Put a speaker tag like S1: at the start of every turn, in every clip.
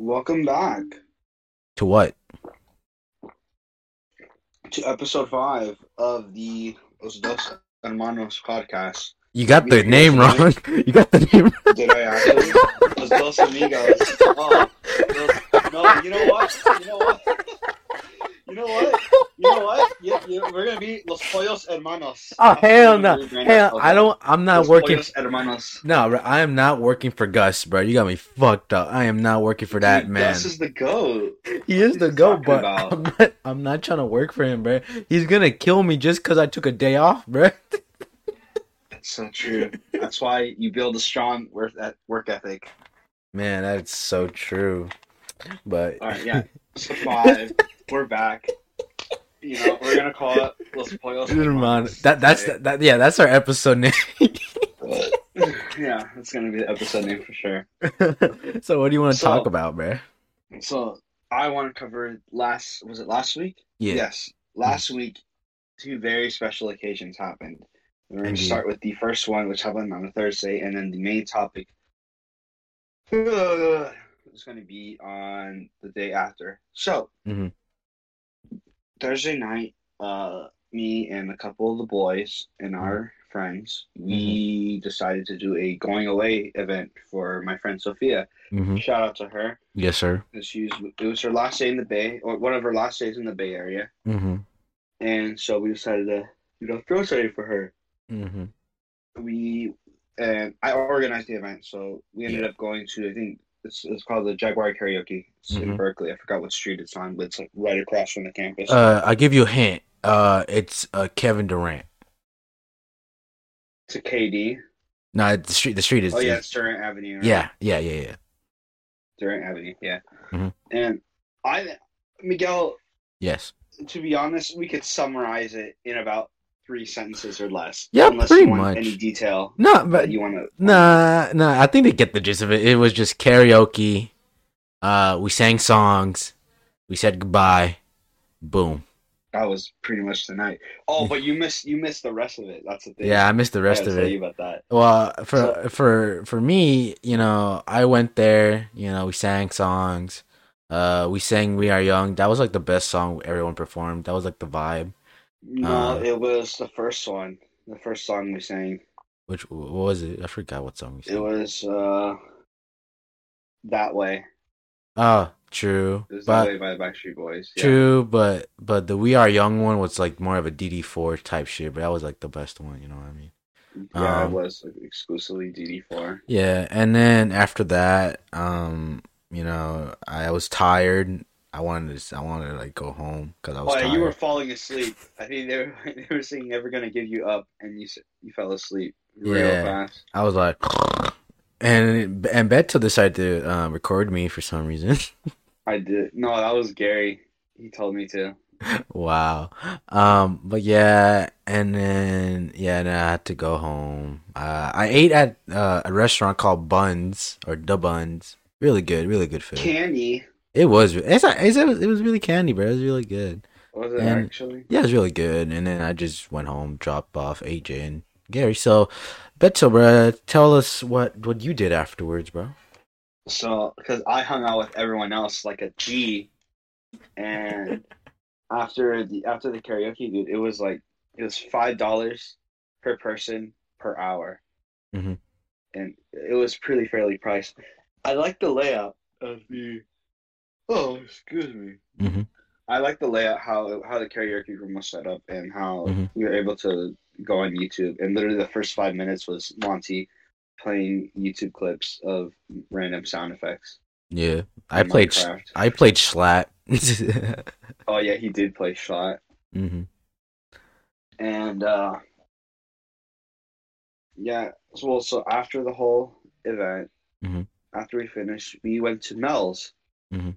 S1: Welcome back
S2: To what?
S1: to episode five of the Los Dos Hermanos podcast.
S2: You got the
S1: Amigos,
S2: name
S1: right?
S2: wrong. You got the name wrong.
S1: Did I actually? Los Dos Amigos. Oh, Los- no, you know what? You know what? You know what? You know what? Yeah, yeah, we're gonna be Los Pollos Hermanos.
S2: Oh hell no!
S1: Right now,
S2: Hell,
S1: okay.
S2: I don't. I'm not
S1: Los
S2: working.
S1: Pollos Hermanos.
S2: No, bro, I am not working for Gus, bro. You got me fucked up. I am not working for that
S1: Dude,
S2: man.
S1: Gus is the goat.
S2: he is
S1: what
S2: the
S1: he's talking
S2: goat, but
S1: about.
S2: I'm not, I'm not trying to work for him, bro. He's gonna kill me just because I took a day off, bro.
S1: That's so true. That's why you build a strong work et- work ethic.
S2: Man, that's so true. But
S1: All right, yeah. So five, we're back. You know, we're gonna call it Los Pollos.
S2: man,
S1: Hermanos
S2: that that's
S1: today.
S2: that, that yeah, that's our episode name.
S1: yeah. That's gonna be the episode name for sure.
S2: so what do you want to
S1: So-
S2: talk about, bro?
S1: So I want to cover last. Was it last week?
S2: Yeah.
S1: Yes, last week, two very special occasions happened. We're going to
S2: Indeed.
S1: start with the first one, which happened on a Thursday, and then the main topic is going to be on the day after. So,
S2: Mhm.
S1: Thursday night, uh, me and a couple of the boys and
S2: Mm-hmm.
S1: our friends, we decided to do a going away event for my friend Sophia.
S2: hmm
S1: Shout out to her.
S2: Yes, sir.
S1: 'cause She's, it was her last day in the Bay, or one of her last days in the Bay Area
S2: hmm
S1: and so we decided to you know throw something for her.
S2: hmm
S1: We and I organized the event, so we ended up going to I think it's, it's called the Jaguar Karaoke. It's in
S2: Mhm.
S1: Berkeley. I forgot what street it's on, but it's like right across from the campus.
S2: Uh, I'll give you a hint. Uh, it's uh Kevin Durant.
S1: it's a KD.
S2: No, the street. The street is.
S1: oh yeah, it's Durant Avenue. right?
S2: yeah, yeah, yeah, yeah.
S1: Durant Avenue. Yeah,
S2: Mhm.
S1: and I Miguel.
S2: Yes.
S1: To be honest, we could summarize it in about three sentences or less.
S2: Yeah,
S1: unless
S2: pretty
S1: you want
S2: much.
S1: Any detail
S2: No, but
S1: that you want to?
S2: nah, nah. I think they get the gist of it. It was just karaoke. Uh, we sang songs. We said goodbye. Boom.
S1: That was pretty much the night. Oh, but you missed you missed the rest of it. That's the thing.
S2: Yeah, I missed the
S1: I
S2: rest
S1: gotta
S2: of
S1: tell
S2: it.
S1: you about that.
S2: Well, for
S1: So-
S2: for for me, you know, I went there. You know, we sang songs. Uh, we sang "We Are Young." That was like the best song everyone performed. That was like the vibe.
S1: No,
S2: Uh,
S1: it was the first one. The first song we sang.
S2: Which what was it? I forgot what song we sang.
S1: It was uh that way.
S2: Oh, true.
S1: It was
S2: But
S1: that way by the Backstreet Boys. Yeah.
S2: true, but but the We Are Young one was like more of a DD4 type shit, but that was like the best one, you know what I mean?
S1: Yeah,
S2: Um,
S1: it was like, exclusively DD4.
S2: Yeah, and then after that, um, you know, I was tired. I wanted to I wanted to like go home cuz I was
S1: Oh,
S2: tired.
S1: you were falling asleep. I think they were, they were singing "Never Gonna Give You Up," and you s- you fell asleep real
S2: Yeah.
S1: fast.
S2: I was like and and Beto decided to um, record me for some reason.
S1: I did. No, that was Gary. He told me to.
S2: Wow. Um, but yeah, and then yeah, then I had to go home. Uh, I ate at uh, a restaurant called Buns or The Buns. Really good, really good food.
S1: Candy
S2: It was. It's, it's, it was. It was really candy, bro. It was really good.
S1: was it
S2: And-
S1: actually?
S2: Yeah, it was really good. And then I just went home, dropped off AJ and Gary. So, Beto, bro, tell us what what you did afterwards, bro.
S1: So, because I hung out with everyone else like a G, and after the after the karaoke, dude, it was like it was five dollars per person per hour,
S2: Mhm.
S1: and it was pretty fairly priced. I like the layout of the. Oh, excuse me.
S2: Mhm.
S1: I like the layout how how the karaoke room was set up and how
S2: Mhm.
S1: we were able to go on YouTube and literally the first five minutes was Monty playing YouTube clips of random sound effects.
S2: Yeah, I
S1: in
S2: played.
S1: Minecraft.
S2: I played Slap. mm-hmm.
S1: Oh yeah, he did play shot, and uh, yeah. So, well, so after the whole event,
S2: Mhm.
S1: after we finished, we went to Mel's.
S2: Mhm.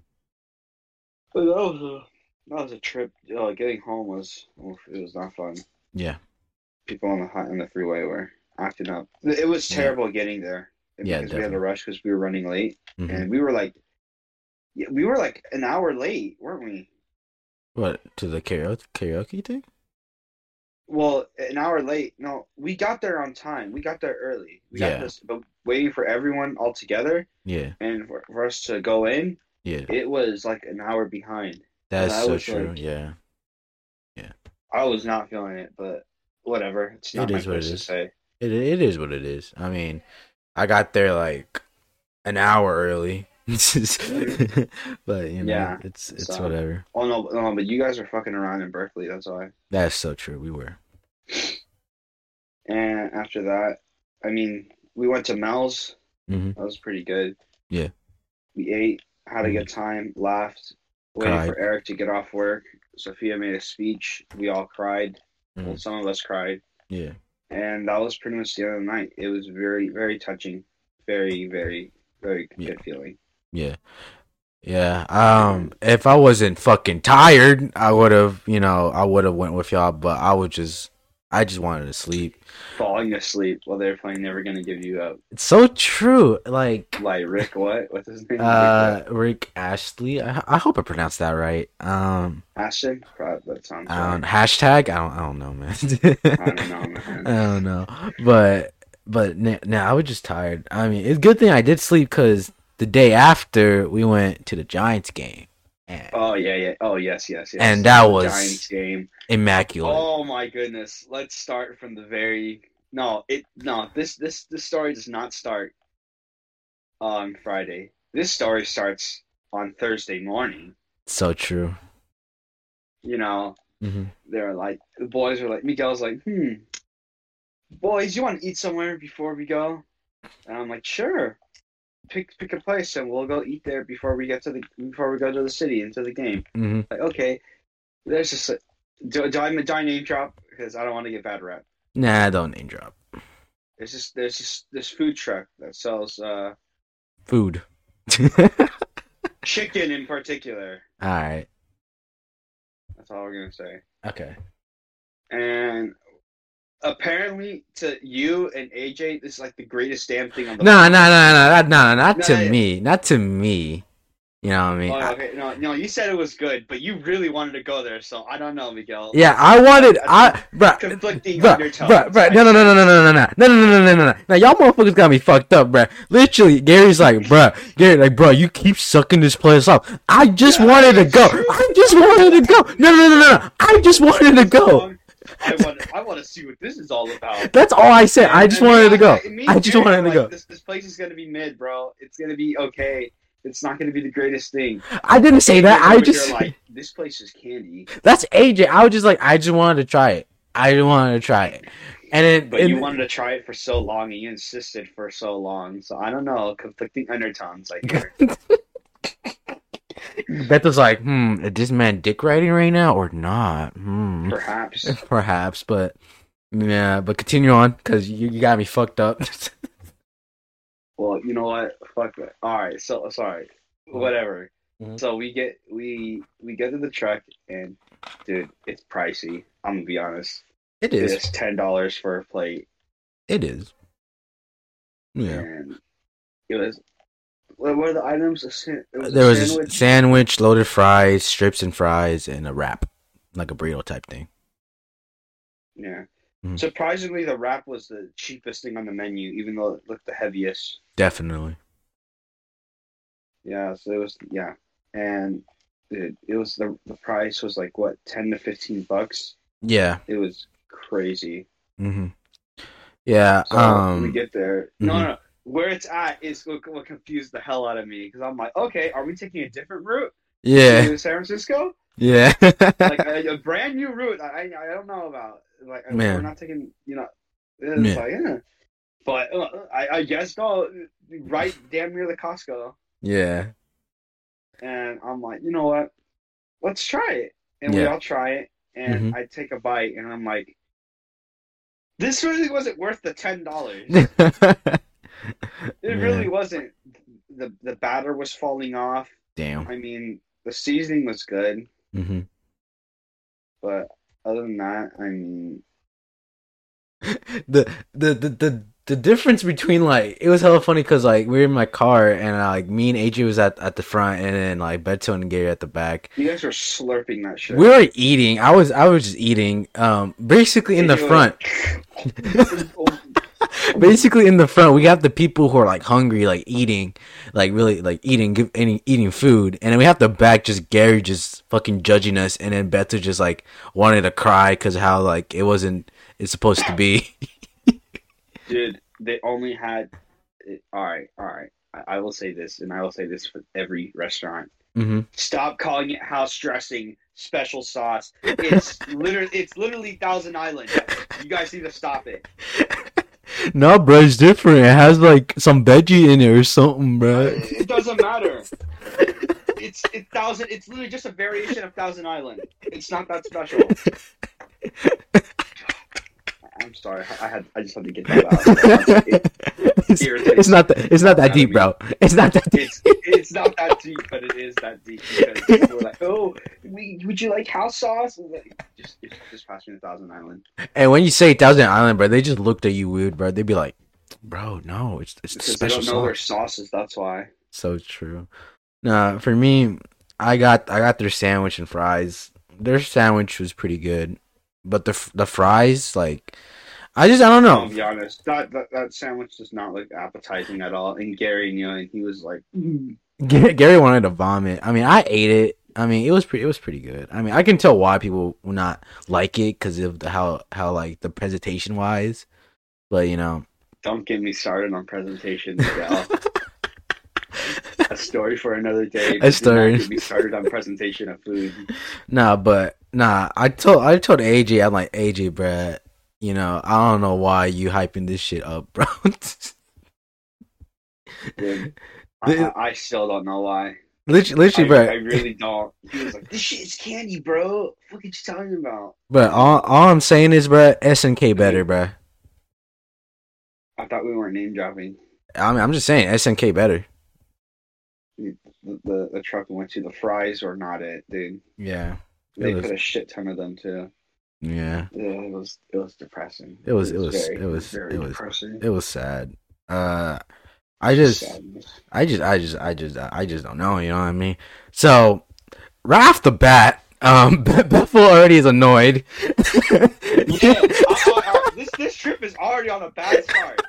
S1: But that was a that was a trip. Uh, getting home was oof, it was not fun.
S2: Yeah.
S1: People on the hi- on the freeway were acting up. It was
S2: Yeah.
S1: terrible getting there.
S2: Yeah,
S1: because we had to rush because we were running late,
S2: hmm
S1: and we were like, yeah, we were like an hour late, weren't we?
S2: What to the karaoke karaoke thing?
S1: Well, an hour late. No, we got there on time. We got there early. We
S2: Yeah.
S1: got this, but waiting for everyone all together
S2: Yeah.
S1: and for, for us to go in,
S2: Yeah,
S1: It was like an hour behind.
S2: that's
S1: I
S2: so
S1: was
S2: true.
S1: like-
S2: yeah,
S1: I was not feeling it, but whatever. It's not
S2: It
S1: my
S2: is what it
S1: place to
S2: is.
S1: say.
S2: it it is what it is. I mean, I got there like an hour early, but you know,
S1: Yeah,
S2: it's it's
S1: so-
S2: whatever.
S1: Oh no, no, but you guys are fucking around in Berkeley. That's why.
S2: That's so true. We were.
S1: And after that, I mean, we went to Mel's.
S2: Mhm.
S1: That was pretty good.
S2: Yeah. Mm-hmm.
S1: We ate, had a good time, laughed, waited
S2: Cried.
S1: for Eric to get off work. Sophia made a speech. We all cried. Well,
S2: Mhm.
S1: some of us cried.
S2: Yeah,
S1: And that was pretty much the end of the night. It was very, very touching. Very, very, very good
S2: Yeah.
S1: feeling.
S2: yeah, yeah. Um, if I wasn't fucking tired, I would have. You know, I would have went with y'all, but I was just. I just wanted to sleep.
S1: Falling asleep while they're playing Never Gonna Give You Up.
S2: It's so true. Like
S1: Like Rick, what? What's his name?
S2: uh Rick Ashley. I, I hope I pronounced that right. Um,
S1: Ashton? Probably, that sounds
S2: I don't,
S1: right.
S2: hashtag. I don't. I don't know, man.
S1: I don't know, man.
S2: I don't know. But but now I was just tired. I mean, it's a good thing I did sleep because the day after we went to the Giants game, and
S1: Oh yeah, yeah. Oh yes, yes, yes.
S2: And that
S1: The
S2: was-
S1: Giants game.
S2: immaculate.
S1: Oh my goodness. Let's start from the very no, it no, this this this story does not start on Friday. This story starts on Thursday morning.
S2: So true.
S1: You know,
S2: hmm
S1: they're like the boys were like Miguel's like, hmm. Boys, you wanna eat somewhere before we go? And I'm like, sure. Pick pick a place and we'll go eat there before we get to the before we go to the city and to the game.
S2: hmm
S1: like okay, there's just like, do, do I do I name drop because I don't want to get bad rap.
S2: Nah, don't name drop.
S1: There's just there's just this food truck that sells uh
S2: Food.
S1: chicken in particular.
S2: All right.
S1: That's all we're gonna say.
S2: Okay.
S1: And apparently to you and AJ, this is like the greatest damn thing on the
S2: No, no, no, no, no, no, not
S1: No,
S2: to
S1: yeah.
S2: me, not to me. You know what I mean?
S1: Oh,
S2: I-
S1: okay, no, no, you said it was good, but you really wanted to go there, so I don't know, Miguel.
S2: Yeah, I wanted I bruh,
S1: Conflicting
S2: bruh,
S1: undertones.
S2: bruh, bruh, no, no, no, no, no, no, no, no, no, no, no, no, no, no. Now y'all motherfuckers got me fucked up, bruh. Literally, Gary's like, bruh, Gary, like, bruh, you keep sucking this place up. I just
S1: Yeah,
S2: wanted to
S1: it's
S2: go.
S1: true.
S2: I just wanted to go. No, no, no, no, no. I just wanted to go.
S1: I want, I want to see what this is all about.
S2: That's all I said. I
S1: And-
S2: just
S1: and
S2: wanted to
S1: me-
S2: go.
S1: me
S2: I
S1: and
S2: just
S1: Jared
S2: wanted
S1: were
S2: to
S1: like,
S2: go.
S1: This, this place is gonna be mid, bro. It's gonna be okay. It's not gonna be the greatest thing.
S2: I didn't say that.
S1: Over
S2: I
S1: here,
S2: just
S1: like this place is candy,
S2: that's AJ. I was just like, I just wanted to try it. I just wanted to try it. And then
S1: but you
S2: and-
S1: wanted to try it for so long and you insisted for so long. So I don't know, conflicting undertones. I hear.
S2: Beth was like, hmm, is this man dick riding right now or not? Hmm.
S1: perhaps.
S2: Perhaps, but yeah, but continue on because you, you got me fucked up.
S1: Well, you know what? Fuck that. All right. So sorry. Whatever.
S2: Mhm.
S1: So we get we we get to the truck and dude, it's pricey. I'm gonna be honest.
S2: it
S1: It's ten dollars for a plate.
S2: It is. Yeah.
S1: And it was what were the items? A san- it was
S2: There
S1: a
S2: was a
S1: sandwich.
S2: s- sandwich, loaded fries, strips and fries, and a wrap, like a burrito type thing.
S1: yeah.
S2: Mhm.
S1: Surprisingly, the wrap was the cheapest thing on the menu, even though it looked the heaviest.
S2: Definitely.
S1: Yeah, so it was yeah, and it, it was the the price was like what ten to fifteen bucks.
S2: Yeah.
S1: It was crazy.
S2: hmm Yeah.
S1: So we
S2: um.
S1: get there. No,
S2: mhm.
S1: no, no. Where it's at is what, what confused the hell out of me because I'm like, okay, are we taking a different route
S2: yeah.
S1: to San Francisco?
S2: Yeah.
S1: like a, a brand new route I, I I don't know about. Like I-
S2: Man.
S1: we're not taking you know. It's
S2: Yeah.
S1: like, yeah. But uh, I, I guess no, right damn near the Costco,
S2: yeah.
S1: and I'm like, you know what? Let's try it, and we
S2: Yeah. Mm-hmm.
S1: all try it, and I take a bite, and I'm like, this really wasn't worth the ten dollars. it really wasn't. the The batter was falling off.
S2: Damn.
S1: I mean, the seasoning was good.
S2: hmm
S1: But other than that, I mean,
S2: the the the the the difference between like it was hella funny because like we were in my car and uh, like me and AJ was at, at the front and then like Beto and Gary at the back.
S1: you guys were slurping that shit.
S2: We were eating. I was I was just eating. Um, basically in the
S1: Anyway.
S2: front. basically in the front we have the people who are like hungry like eating like really like eating give, eating, eating food and then we have the back just gary just fucking judging us and then beta just like wanted to cry because how like it wasn't it's supposed to be
S1: Dude, they only had. it- All right, all right. I, I will say this, and I will say this for every restaurant.
S2: hmm
S1: Stop calling it house dressing, special sauce. It's literally, it's literally Thousand Island. You guys need to stop it.
S2: no bro it's different it has like some veggie in it or something bro
S1: It doesn't matter. It's it thousand. It's literally just a variation of Thousand Island. It's not that special. I'm sorry. I had. I just had to get that out. It-
S2: it's, it's not that it's not that deep bro it's not that deep
S1: it's it's not that deep, but it is that deep because people are like, "Oh, we, would you like house sauce?" And like, just just just pass me the Thousand Island.
S2: and when you say thousand island bro they just looked at you weird bro they'd be like bro no it's it's the
S1: Because they
S2: special
S1: don't know
S2: sauce
S1: where sauce is. That's why.
S2: So true. Nah, for me, I got I got their sandwich and fries. Their sandwich was pretty good, but the f- the fries like I just I don't
S1: I'll
S2: know.
S1: be honest. That, that that sandwich does not look appetizing at all. And Gary knew, it, and he was like, "Mm."
S2: Ga- Gary wanted to vomit. I mean, I ate it. I mean, it was pretty it was pretty good. I mean, I can tell why people will not like it because of the, how how like the presentation wise. But you know,
S1: "Don't get me started on presentations, gal." a story for another day. Do not
S2: story.
S1: Get me started on presentation of food.
S2: Nah, but nah, I told I told AJ, I'm like AJ, bruh, you know, I don't know why you hyping this shit up, bro.
S1: Dude, I, I, I still don't know why.
S2: literally,
S1: I,
S2: literally, bruh.
S1: I really don't. He was like, "This shit is candy, bro. What are you talking about?"
S2: But all, all I'm saying is, bruh, SNK better, bruh.
S1: I thought we weren't name dropping
S2: I mean, I'm just saying SNK better.
S1: the, the, the truck we went to. The fries were not it, dude.
S2: Yeah,
S1: They
S2: It was-
S1: put a shit ton of them too.
S2: yeah.
S1: Yeah, it was it was depressing.
S2: It was- it was- it was- it was- It was sad. Uh, I just,
S1: Sadness.
S2: I just, I just, I just, I just don't know. You know what I mean? So right off the bat, um, Be- Bethel already is annoyed.
S1: Yeah, I- I- I- this this trip is already on a bad start.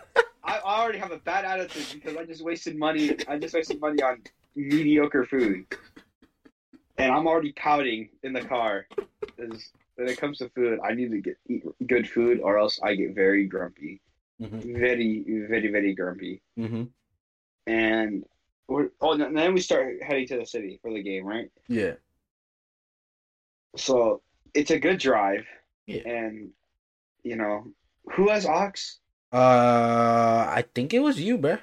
S1: I already have a bad attitude because I just wasted money. I just wasted money on mediocre food, and I'm already pouting in the car. 'Cause When it comes to food, I need to get eat good food, or else I get very grumpy,
S2: Mhm,
S1: very very very grumpy.
S2: mhm.
S1: And we're oh, and then we start heading to the city for the game, right?
S2: Yeah.
S1: So it's a good drive,
S2: Yeah.
S1: and you know who has ox?
S2: Uh, I think it was you, bruh.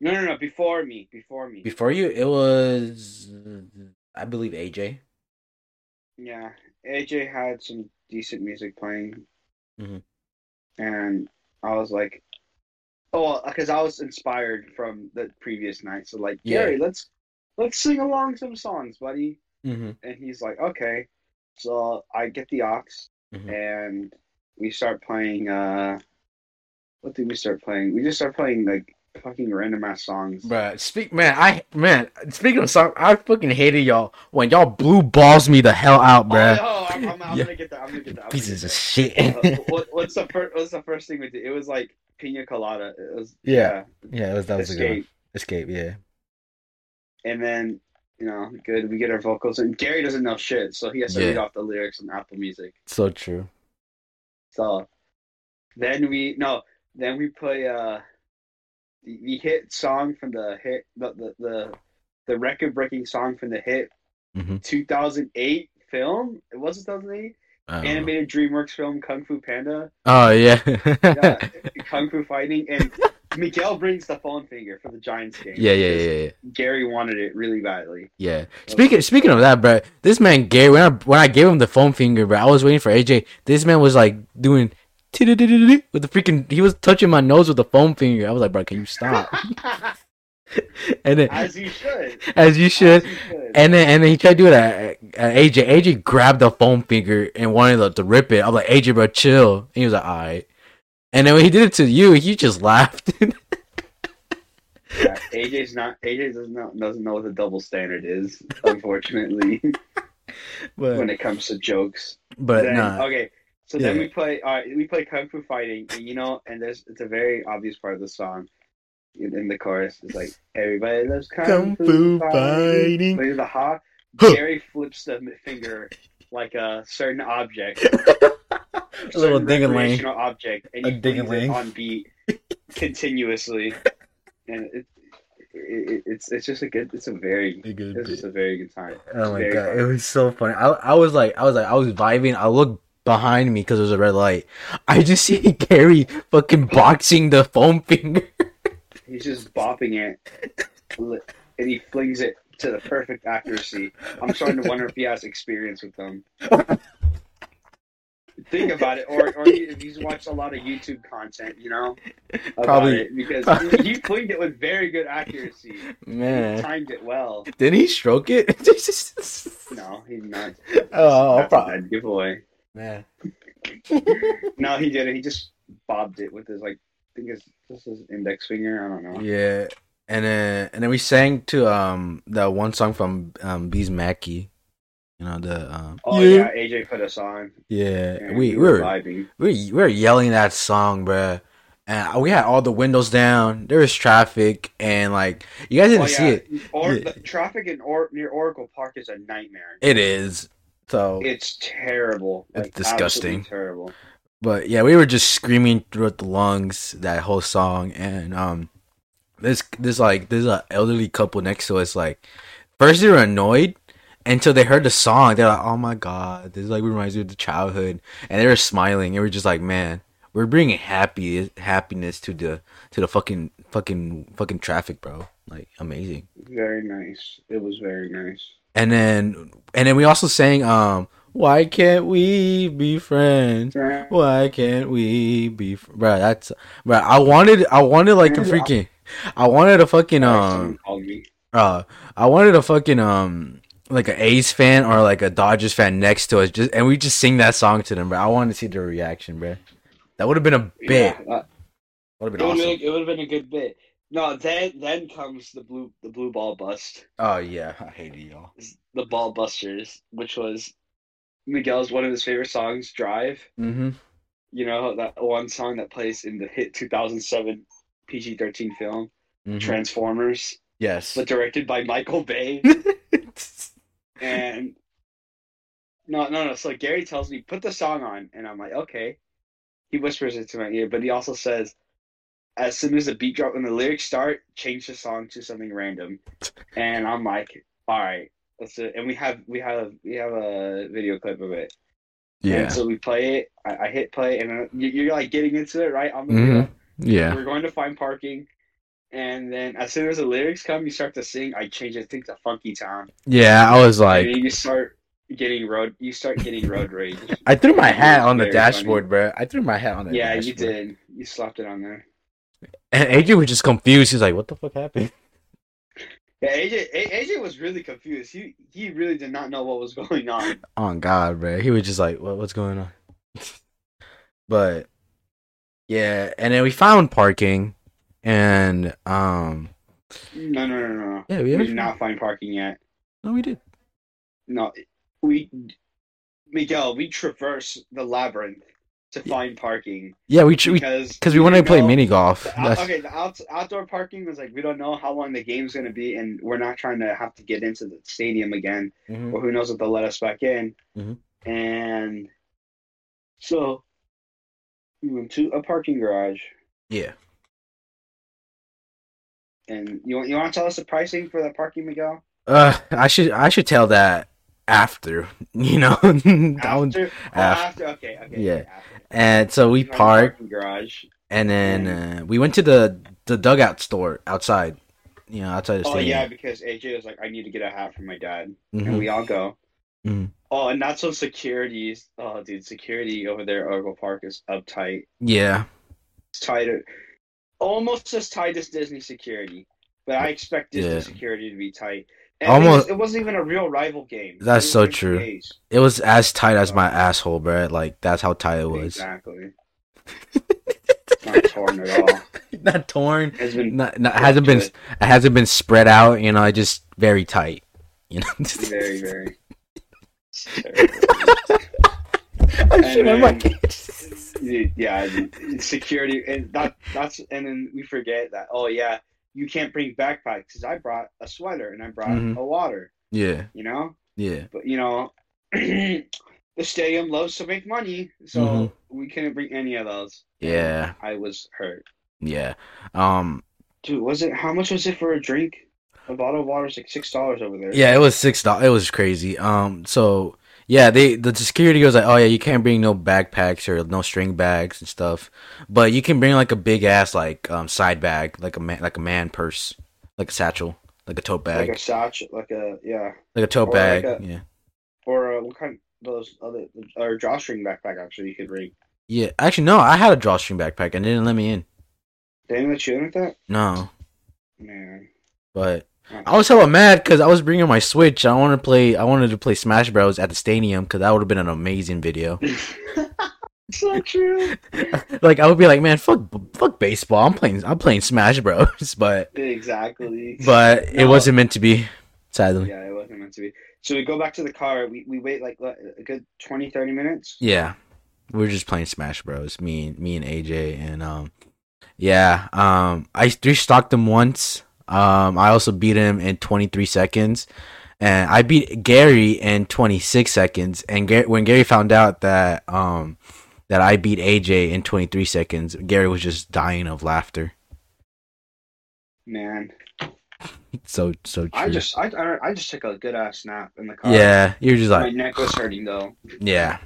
S1: No, no, no. Before me, before me.
S2: Before you, it was, I believe, AJ.
S1: yeah, AJ had some decent music playing,
S2: Mhm.
S1: and I was like, "Oh, because I was inspired from the previous night." So like,
S2: Yeah.
S1: Gary, let's let's sing along some songs, buddy.
S2: Mm-hmm.
S1: And he's like, "Okay." So I get the ox,
S2: Mhm.
S1: and we start playing. uh What did we start playing? We just start playing like fucking random ass songs.
S2: But speak, man. I man. Speaking of song, I fucking hated y'all when y'all blue balls me the hell out,
S1: Oh,
S2: bruh.
S1: no, I'm, I'm, I'm
S2: Yeah.
S1: gonna get that. I'm gonna get that. I'm gonna
S2: Pieces
S1: get that.
S2: of shit.
S1: Uh, what, what's the first? What's the first thing we did? It was like pina colada. It was
S2: Yeah, yeah, it was, that was a good one.
S1: escape.
S2: escape. Yeah,
S1: And then you know, good. We get our vocals, and Gary doesn't know shit, so he has to
S2: Yeah.
S1: read off the lyrics on Apple Music.
S2: so true.
S1: So then we no, then we play uh the, the hit song from the hit the the the, the record breaking song from the hit
S2: Mhm.
S1: 2008 film. It was 2008
S2: I don't know.
S1: animated DreamWorks film Kung Fu Panda.
S2: Oh yeah.
S1: yeah, kung fu fighting, and Miguel brings the phone finger for the Giants game.
S2: Yeah, yeah, yeah, yeah,
S1: Gary wanted it really badly.
S2: yeah. Speaking speaking of that, bruh, this man Gary, when I when I gave him the foam finger, bruh, I was waiting for AJ. This man was like doing tiddly-diddly-diddly with the freaking. He was touching my nose with the foam finger. I was like, bro, can you stop? And then,
S1: As you should.
S2: as you should,
S1: As you should.
S2: And then and then he tried to do it at, at AJ. AJ grabbed the foam finger and wanted to, to rip it. I'm like, AJ, bro, chill. And he was like, all right. And then when he did it to you, he just laughed.
S1: Yeah, AJ's not. AJ does not doesn't know what the double standard is, unfortunately, when
S2: but
S1: it comes to jokes.
S2: but
S1: Then-
S2: nah.
S1: Okay, So then we play. All right, we play kung fu fighting, and you know, and there's it's a very obvious part of the song. In, in the chorus, it's like everybody loves kung,
S2: Kung
S1: fu
S2: Fu
S1: fighting.
S2: Fighting.
S1: But the ha,
S2: Huh.
S1: Jerry flips the finger like a certain object,
S2: A little
S1: certain
S2: ding-a-ling.
S1: recreational object, and
S2: A
S1: you plays it
S2: ding-a-ling.
S1: on beat continuously, and it, it, it's it's just a good. It's a very This is a very good time.
S2: Oh my
S1: Very
S2: god,
S1: fun.
S2: it was so funny. I, I was like, I was like, I was vibing. I looked behind me because there was a red light. I just see Gary fucking boxing the foam finger.
S1: He's just bopping it, li- and he flings it to the perfect accuracy. I'm starting to wonder if he has experience with them. Think about it, or or he, if he's watched a lot of YouTube content, you know, about
S2: Probably-
S1: it, because
S2: probably-
S1: he flinged it with very good accuracy. He
S2: Man,
S1: timed it well.
S2: did he stroke it?
S1: No, he did not.
S2: Oh, I'll
S1: That's a
S2: probably.
S1: bad giveaway.
S2: Man,
S1: No, he didn't. He just bobbed it with his like, I think it's just his index finger. I don't know.
S2: yeah. And then and then we sang to um that one song from um Bees Mackey, you know the um
S1: Oh yeah, AJ put us on.
S2: yeah,
S1: and
S2: we we
S1: were
S2: were
S1: vibing.
S2: we we were yelling that song, bruh. And uh, we had all the windows down. There was traffic, and like you guys didn't
S1: Oh,
S2: see
S1: yeah.
S2: it.
S1: Or
S2: Yeah.
S1: the traffic in or near Oracle Park is a nightmare.
S2: It is. So,
S1: It's terrible.
S2: It's
S1: absolutely
S2: disgusting.
S1: Terrible.
S2: but yeah, we were just screaming throughout the lungs that whole song, and um, this this like there's an elderly couple next to us. Like, first they were annoyed until they heard the song. They're like, "Oh my god, this like reminds me of the childhood," and they were smiling. And we are just like, "Man, we're bringing happy happiness to the to the fucking fucking fucking traffic, bro. Like, amazing."
S1: Very nice. It was very nice.
S2: And then and then we also sang um, "Why can't we be friends?" Why can't we be, fr- bruh, That's, bruh. I wanted, I wanted like a freaking, I wanted a fucking
S1: Someone
S2: um,
S1: called me.
S2: uh, I wanted a fucking um, like an A's fan or like a Dodgers fan next to us, just and we just sing that song to them, bro. I wanted to see their reaction, bro. That would have been a bit.
S1: Yeah, uh,
S2: Would have
S1: it
S2: been
S1: would
S2: awesome.
S1: have been a good bit. No, then then comes the blue the blue ball bust.
S2: Oh yeah, I hated y'all.
S1: The ball busters, which was Miguel's one of his favorite songs, Drive.
S2: Mm-hmm.
S1: You know, that one song that plays in the hit two thousand seven PG thirteen film, Transformers.
S2: mm-hmm. Yes.
S1: but directed by Michael Bay. and no, no, no. So Gary tells me put the song on, and I'm like, okay. He whispers it to my ear, but he also says, as soon as the beat drop and the lyrics start, change the song to something random. And I'm like, all right, let's do it. And we have we have we have a video clip of it.
S2: yeah.
S1: And so we play it. I, I hit play, and uh, you- you're like getting into it, right? I'm the
S2: Mhm. Yeah.
S1: we're going to find parking. And then as soon as the lyrics come, you start to sing. I change it, I think to Funky Town.
S2: Yeah. I was like,
S1: and then you start getting road. You start getting road rage.
S2: I threw my hat on the
S1: Very funny.
S2: dashboard, bruh. I threw my hat on the
S1: yeah, you
S2: dashboard.
S1: did. You slapped it on there.
S2: And AJ was just confused. He's like, "What the fuck happened?"
S1: Yeah, AJ. A- AJ was really confused. He he really did not know what was going on.
S2: on God, bro. He was just like, what, what's going on? but yeah, and then we found parking, and um,
S1: No, no, no, no. no.
S2: yeah,
S1: We
S2: we,
S1: did not find parking yet.
S2: no, we did.
S1: No, we Miguel. We traverse the labyrinth to find parking
S2: Yeah, we because
S1: because
S2: we, wanted to play
S1: know-
S2: mini golf.
S1: The out,
S2: That's,
S1: Uh, okay, the out, outdoor parking was like we don't know how long the game's gonna be, and we're not trying to have to get into the stadium again,
S2: Mhm.
S1: or who knows if they'll let us back in.
S2: Mhm.
S1: And so we went to a parking garage,
S2: Yeah,
S1: and you want you want to tell us the pricing for that parking, Miguel?
S2: uh, I should I should tell that after you know that one.
S1: after, oh,
S2: after.
S1: after, okay, okay,
S2: Yeah.
S1: okay, after.
S2: And so we
S1: Found the
S2: parked,
S1: parking garage.
S2: and then uh, we went to the the dugout store outside, you know, outside the
S1: Oh
S2: stadium.
S1: yeah, because AJ was like, I need to get a hat for my dad. and
S2: Mhm.
S1: we all go.
S2: Mhm.
S1: Oh, and that's when security's. Oh, dude, security over there, at Oracle Park is uptight.
S2: yeah,
S1: It's tighter, almost as tight as Disney security, but I expect Disney
S2: Yeah.
S1: security to be tight. And
S2: Almost-
S1: almost, it wasn't even a real rival game. It
S2: That's
S1: was
S2: so
S1: like
S2: true.
S1: days.
S2: it was as tight as my asshole, bro. Like that's how tight it was.
S1: Exactly. it's not torn at all.
S2: not torn.
S1: It's been
S2: Not, not hasn't been it hasn't been spread out. You know, it just very tight. You know.
S1: very, very. It's terrible.
S2: oh shit, my
S1: then-
S2: luggage.
S1: yeah, security, and that that's and then we forget that. Oh yeah, you can't bring backpacks because I brought a sweater and I brought
S2: Mhm.
S1: a water.
S2: yeah,
S1: You know,
S2: yeah,
S1: but you know, the stadium loves to make money, so
S2: Mhm.
S1: we couldn't bring any of those.
S2: yeah,
S1: I was hurt,
S2: yeah. Um,
S1: dude. Was it how much was it for a drink? A bottle of water is like six dollars over there.
S2: yeah, it was six dollars. It was crazy. Um, so yeah, they the security was like, oh yeah, you can't bring no backpacks or no string bags and stuff, but you can bring like a big ass like um side bag, like a man, like a man purse, like a satchel, like a tote bag,
S1: like a satchel, like a yeah,
S2: like a tote
S1: or
S2: bag.
S1: like a-
S2: yeah,
S1: or uh, what kind? Those other or drawstring backpack actually you could bring.
S2: yeah. Actually, no, I had a drawstring backpack and they didn't let me in.
S1: They didn't let you in with that,
S2: No,
S1: man.
S2: but
S1: Uh-uh.
S2: I was hella mad because I was bringing my Switch. I wanted to play. I wanted to play Smash Bros at the stadium because that would have been an amazing video.
S1: so true.
S2: like I would be like, man, fuck, fuck baseball. I'm playing. I'm playing Smash Bros. But
S1: Exactly.
S2: but it
S1: No.
S2: wasn't meant to be. Sadly. Yeah.
S1: yeah, it wasn't meant to be. So we go back to the car. We, we wait like what, a good 20, 30 minutes.
S2: we were just playing Smash Bros. Me and me and AJ and um, yeah. Um, I restocked him once. Um, I also beat him in 23 seconds, and I beat Gary in 26 seconds. And Gar- when Gary found out that um that I beat AJ in 23 seconds, Gary was just dying of laughter.
S1: Man,
S2: So so true.
S1: I just I, I, I just took a good ass nap in the car.
S2: yeah, you're just like
S1: My neck was hurting though.
S2: Yeah.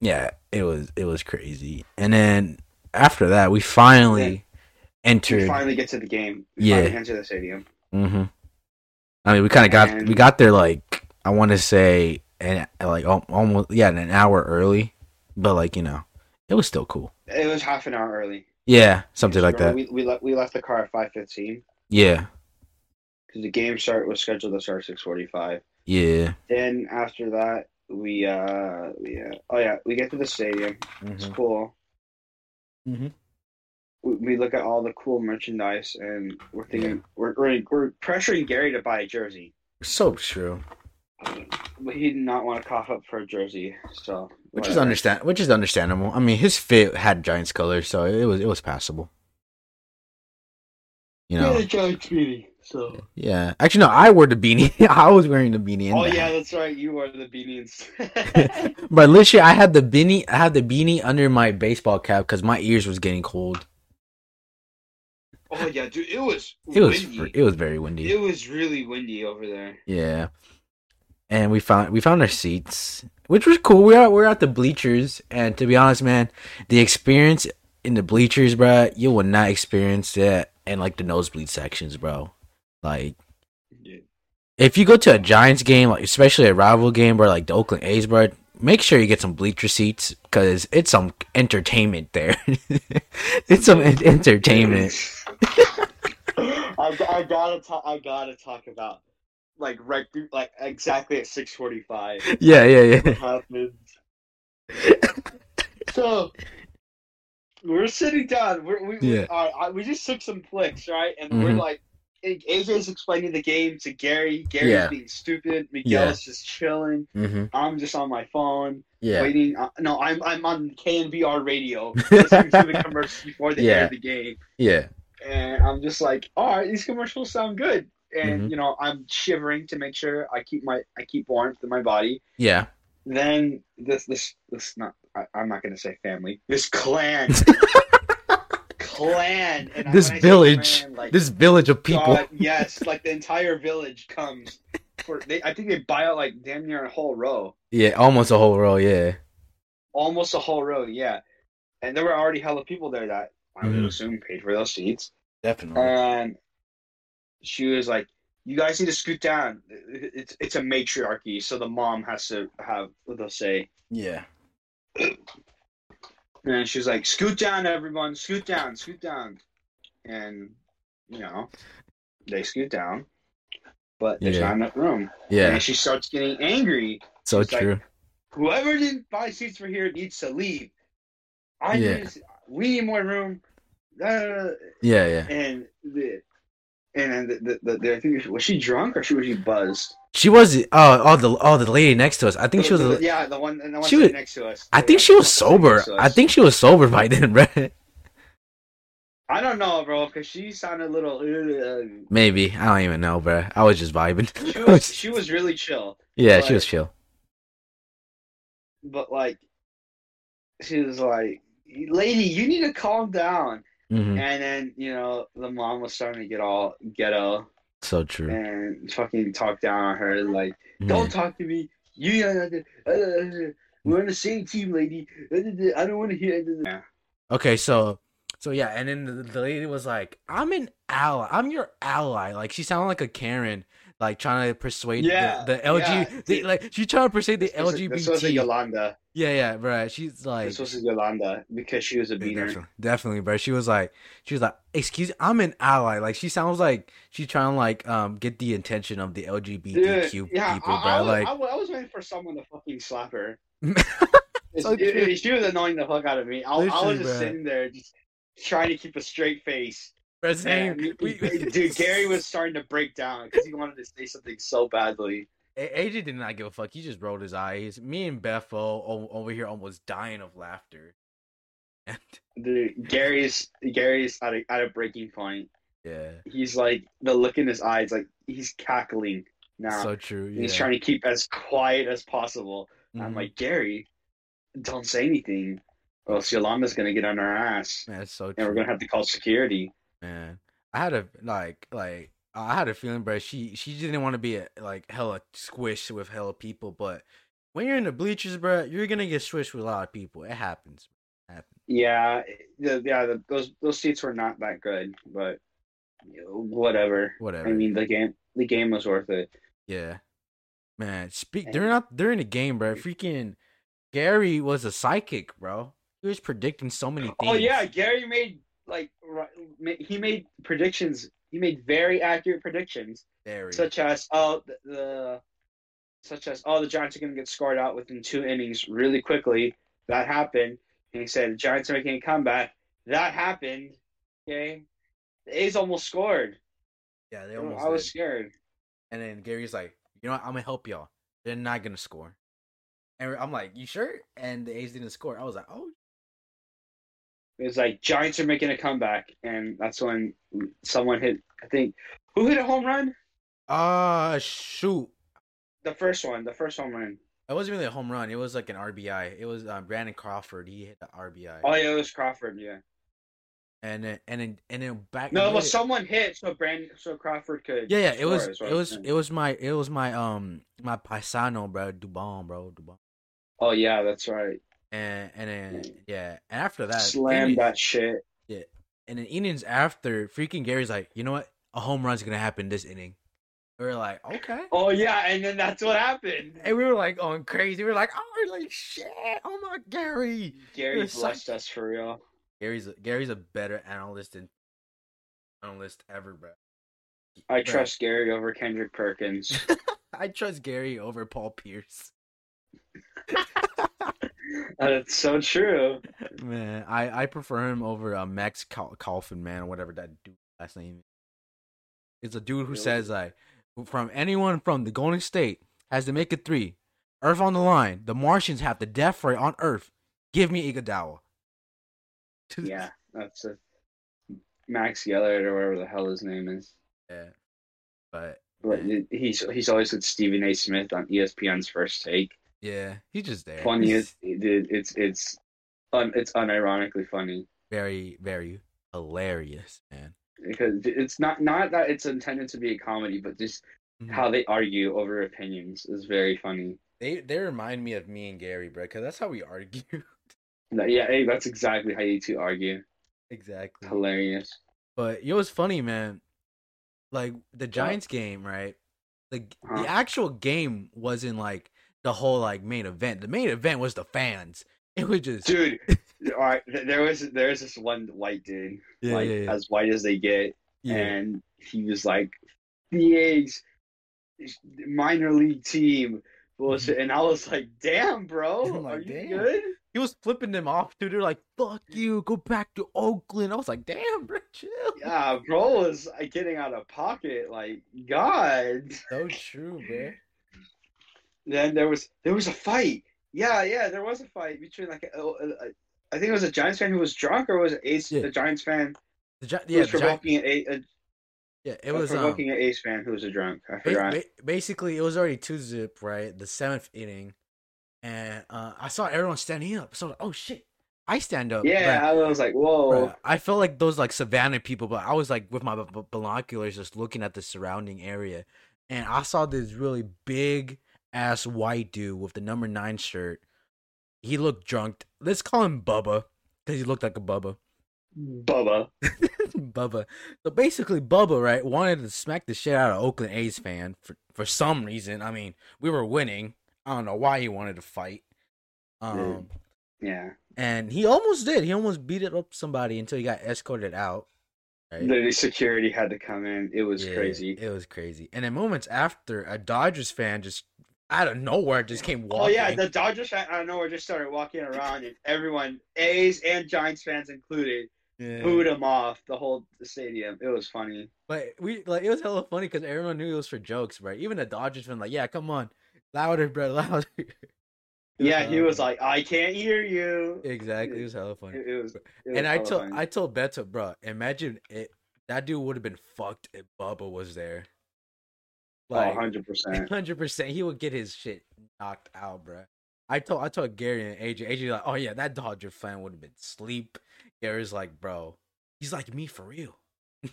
S2: Yeah, it was it was crazy. And then after that, we finally
S1: We
S2: entered.
S1: finally get to the game. We
S2: Yeah.
S1: finally enter the stadium.
S2: hmm I mean, we kind of got
S1: And-
S2: we got there like I want to say and like al- almost yeah, an hour early, but like you know, it was still cool.
S1: It was half an hour early.
S2: Yeah, something like that.
S1: Remember, We, we left we left the car at five fifteen
S2: Yeah,
S1: because the game start was scheduled to start six forty five.
S2: yeah.
S1: Then after that we uh we uh, oh yeah we get to the stadium.
S2: Mm-hmm.
S1: It's cool.
S2: Mhm.
S1: we, we look at all the cool merchandise and we're thinking we're, we're we're pressuring Gary to buy a jersey.
S2: So true,
S1: But he did not want to cough up for a jersey, so
S2: which is
S1: whatever.
S2: understand, which is understandable. I mean, his fit had Giants colors, so it was it was passable. You know,
S1: Yeah, Giants beanie. So.
S2: Yeah. Actually, no, I wore the beanie. I was wearing the beanie. in
S1: Oh
S2: that.
S1: yeah, that's right. You are the beanies.
S2: But literally, I had the beanie. I had the beanie under my baseball cap because my ears was getting cold.
S1: oh yeah, dude. It was.
S2: It was
S1: windy.
S2: fr- it was very windy.
S1: It was really windy over there.
S2: yeah. And we found we found our seats, which was cool. We are we're at the bleachers, and to be honest, man, the experience in the bleachers, bro, you will not experience that in like the nosebleed sections, bro. Like if you go to a Giants game, like especially a rival game, bro, like the Oakland A's, bro, make sure you get some bleacher seats because it's some entertainment there. it's some en- entertainment.
S1: I, I gotta talk. I gotta talk about like right through, like exactly at six forty five.
S2: Yeah, yeah, yeah.
S1: happened. so we're sitting down. We're, we we,
S2: Yeah.
S1: all right, I, we just took some flicks, right? And we're
S2: Mhm.
S1: like, AJ's explaining the game to Gary. Gary's
S2: Yeah.
S1: being stupid. Miguel's just chilling.
S2: Mm-hmm.
S1: I'm just on my phone
S2: Yeah,
S1: waiting. Uh, no, I'm I'm on KNBR radio listening to the commercials before they
S2: Yeah.
S1: air the game,
S2: yeah,
S1: and I'm just like, all right, these commercials sound good. And
S2: Mhm.
S1: you know, I'm shivering to make sure I keep my I keep warmth in my body
S2: yeah.
S1: then this this this not I, I'm not gonna say family. This clan, clan, and
S2: This
S1: when I say
S2: village.
S1: clan, like,
S2: This village of people.
S1: God, yes, like the entire village comes. For they, I think they buy out like damn near a whole row,
S2: Yeah, almost a whole row. Yeah,
S1: almost a whole row, yeah. And there were already hella people there that I would
S2: Mhm.
S1: assume paid for those seats.
S2: definitely.
S1: And she was like, "You guys need to scoot down. It's it's a matriarchy, so the mom has to have the say."
S2: Yeah,
S1: And she's like, scoot down, everyone, scoot down, scoot down. And, you know, they scoot down, but there's
S2: Yeah.
S1: not enough room.
S2: yeah.
S1: And she starts getting angry.
S2: So
S1: it's like-
S2: true.
S1: Whoever didn't buy seats for here needs to leave. I
S2: Yeah.
S1: need, we need more room. Da, da, da, da.
S2: Yeah, yeah.
S1: And the, And then the, the, the, the, I think was she drunk or she was she buzzed?
S2: She was oh oh the oh the lady next to us. I think she was.
S1: The- yeah, the one, and the one
S2: she
S1: sitting
S2: was-
S1: next to us.
S2: I
S1: The
S2: think
S1: one
S2: she was
S1: sitting
S2: sober.
S1: next to
S2: I
S1: us.
S2: think she was sober by then, right?
S1: I don't know, bro, because she sounded a little. uh,
S2: Maybe I don't even know, bro. I was just vibing.
S1: she was she was really chill,
S2: yeah, she was chill.
S1: but like, she was like, "Lady, you need to calm down."
S2: hmm
S1: And then you know the mom was starting to get all ghetto
S2: So true.
S1: and fucking talk down on her like.
S2: Yeah.
S1: Don't talk to me. You got nothing. Uh, uh, uh, We're on the same team, lady. Uh, uh, uh, I don't want to hear. uh, uh, uh."
S2: Okay, so so yeah, and then the, the lady was like, "I'm an ally. I'm your ally." Like she sounded like a Karen, like trying to persuade
S1: Yeah,
S2: the, the LG.
S1: yeah.
S2: the- like she trying to persuade the
S1: This was-
S2: LGBT.
S1: This was a Yolanda.
S2: yeah, yeah, right. She's like,
S1: This was a Yolanda because she was a
S2: Yeah,
S1: beaner.
S2: Definitely, definitely, bro. She was like, she was like, excuse, I'm an ally. Like she sounds like she's trying to like um get the attention of the LGBTQ
S1: Dude,
S2: E people,
S1: yeah, I, I
S2: bro.
S1: was,
S2: like,
S1: I, was, I was waiting for someone to fucking slap her.
S2: So
S1: It- it-
S2: true.
S1: it- she was annoying the fuck out of me. I, I
S2: Literally,
S1: was just
S2: bruh.
S1: sitting there, just trying to keep a straight face.
S2: bro,
S1: And
S2: same.
S1: we- dude, Gary was starting to break down because he wanted to say something so badly.
S2: A- AJ did not give a fuck. He just rolled his eyes. Me and Beffo o- over here almost dying of laughter. And
S1: Dude, Gary's Gary's at a, at a breaking point.
S2: yeah,
S1: he's like the look in his eyes, like he's cackling now.
S2: so true. Yeah.
S1: He's trying to keep as quiet as possible. I'm
S2: Mhm.
S1: like, Gary, don't say anything, or else Yolanda's gonna get on our ass,
S2: man, it's so
S1: and
S2: true.
S1: we're gonna have to call security.
S2: man. I had a like like I had a feeling, bro. She she didn't want to be like hella squished with hella people, but when you're in the bleachers, bro, you're gonna get squished with a lot of people. It happens. It happens.
S1: Yeah, the, yeah, the, those those seats were not that good, but you know, whatever.
S2: Whatever.
S1: I mean, the game the game was worth it.
S2: yeah, man. Speak.
S1: And-
S2: They're not. They're in a game, bro. Freaking Gary was a psychic, bro. He was predicting so many things.
S1: Oh yeah, Gary made like ri- ma- he made predictions. He made very accurate predictions.
S2: Very.
S1: such as oh the, the such as oh the Giants are going to get scored out within two innings really quickly. That happened, and he said the Giants are making a comeback. That happened. Okay, the A's almost scored.
S2: yeah, they
S1: I
S2: almost.
S1: was
S2: did.
S1: scared.
S2: And then Gary's like, you know what? I'm gonna help y'all. They're not gonna score. And I'm like, you sure? And the A's didn't score. I was like, oh
S1: It was like Giants are making a comeback, and that's when someone hit. I think who hit a home run?
S2: Ah, shoot.
S1: The first one, the first home run.
S2: It wasn't really a home run. It was like an RBI. It was um, Brandon Crawford. He hit the RBI.
S1: Oh yeah, it was Crawford. Yeah.
S2: And then and then and then back.
S1: No, it was
S2: yeah.
S1: someone hit, so Brandon, so Crawford could.
S2: Yeah, yeah. It
S1: score,
S2: was
S1: is what
S2: it
S1: I'm
S2: was
S1: saying.
S2: it was my it was my um my paisano bro Dubon bro Dubon.
S1: Oh yeah, that's right.
S2: And and then yeah. And after that,
S1: Mm. Slam
S2: Indians-
S1: that shit.
S2: And then Indians after freaking Gary's like, you know what? A home run's gonna happen this inning. We were like, okay.
S1: Oh yeah, and then that's what happened.
S2: And we were like going crazy. We were like, oh, we were like shit. Oh my Gary.
S1: Gary
S2: You're such-
S1: blessed us for real.
S2: Gary's Gary's a better analyst than analyst ever, bro.
S1: I
S2: Bro,
S1: trust Gary over Kendrick Perkins.
S2: I trust Gary over Paul Pierce.
S1: That's so true.
S2: Man, I, I prefer him over uh, Max Col- Coffin, man, or whatever that dude last name. is. It's a dude who
S1: Really?
S2: says like, from anyone from the Golden State has to make it three. Earth on the line. The Martians have the death ray on Earth. Give me Igadawa.
S1: Yeah, that's it. Max Gellert or whatever the hell his name is.
S2: yeah. But
S1: But he's he's always with Stephen A. Smith on E ESPN's First Take.
S2: yeah, he's just there.
S1: Funny, it, it, it's it's un, it's unironically funny
S2: very very hilarious, man.
S1: because it's not not that it's intended to be a comedy, but just
S2: Mm.
S1: how they argue over opinions is very funny.
S2: They they remind me of me and Gary, bro, because that's how we argue.
S1: Like, Yeah, hey, that's exactly how you two argue.
S2: exactly.
S1: Hilarious.
S2: But it was funny, man. Like the Giants game, right? The
S1: Huh.
S2: the actual game wasn't like the whole like main event. The main event was the fans. It was just
S1: dude. All right, th- there was there was this one white dude,
S2: yeah,
S1: like
S2: yeah, yeah,
S1: as white as they get,
S2: yeah.
S1: and he was like, "The A's minor league team
S2: Mm-hmm.
S1: bullshit. And I was like, damn, bro,
S3: I'm like,
S1: are you
S3: damn.
S1: good?
S2: He was flipping them off, dude. They're like, "Fuck you, go back to Oakland." I was like, "Damn, bro, chill."
S1: Yeah, bro was uh, getting out of pocket. Like, God.
S3: So true, bro.
S1: Then there was there was a fight. Yeah, yeah, there was a fight between like a, a- a- I think it was a Giants fan who was drunk, or was it Ace
S2: Yeah.
S1: a Giants fan
S2: The Gi-
S1: who
S2: yeah,
S1: was
S2: the Gi-
S1: provoking an a, a,
S2: yeah. It was um,
S1: provoking an Ace fan who was a drunk. I forgot.
S2: ba- ba- basically it was already two zip, right? The seventh inning, and uh, I saw everyone standing up. So I was like, oh shit, I stand up.
S1: yeah, oh.
S2: Bruh,
S1: I was like, whoa.
S2: bruh. I felt like those like savannah people, but I was like with my b- b- binoculars just looking at the surrounding area, and I saw this really big ass white dude with the number nine shirt. He looked drunk. Let's call him Bubba because he looked like a Bubba.
S1: Bubba.
S2: Bubba. So basically, Bubba, right, wanted to smack the shit out of Oakland A's fan for, for some reason. I mean, we were winning. I don't know why he wanted to fight. Um,
S1: Yeah.
S2: and he almost did. He almost beat up somebody until he got escorted out. Right?
S1: The security had to come in. It was
S2: Yeah,
S1: crazy.
S2: It was crazy. And then moments after, a Dodgers fan just out of nowhere just came walking.
S1: Oh yeah, the Dodgers fan I don't know, we just started walking around and everyone, A's and Giants fans included,
S2: Yeah.
S1: booed him off the whole stadium. It was funny.
S2: But we like it was hella funny because everyone knew it was for jokes, right? Even the Dodgers fan, like, yeah, come on, louder, bro, louder.
S1: Yeah, he was
S2: like.
S1: like, I can't hear you. It,
S2: Exactly, it was hella funny.
S1: it was, it was
S2: and I
S1: hella
S2: told
S1: funny.
S2: I told Beto, bro, imagine it. That dude would have been fucked if Bubba was there.
S1: Oh,
S2: Like
S1: 100%.
S2: hundred percent, he would get his shit knocked out, bro. I told I told Gary and AJ. AJ like, oh yeah, that Dodger fan would have been sleep. Gary's like, bro, he's like me for real. but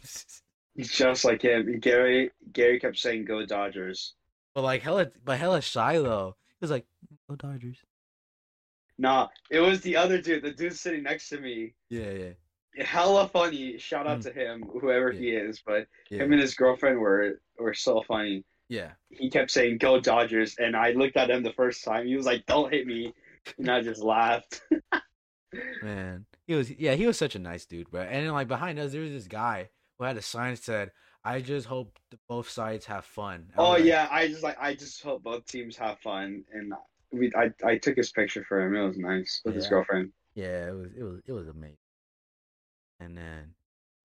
S1: Just like him. Gary Gary kept saying go Dodgers.
S2: like hella, but hella Shiloh. He was like, oh Dodgers.
S1: Nah, it was the other dude, the dude sitting next to me.
S2: Yeah, yeah,
S1: Hella funny. Shout out to him, whoever he is, but
S2: Mm. yeah,
S1: him and his girlfriend were were so funny.
S2: yeah.
S1: he kept saying "Go Dodgers," and I looked at him the first time. He was like, "Don't hit me," and I just laughed.
S2: Man, he was yeah, he was such a nice dude, bro. And then like behind us, there was this guy who had a sign that said, "I just hope that both sides have fun." I
S1: oh
S2: was like,
S1: yeah, I just like I just hope both teams have fun, and we I I took his picture for him. It was nice with his
S2: Yeah.
S1: girlfriend.
S2: yeah, it was it was it was amazing. And then,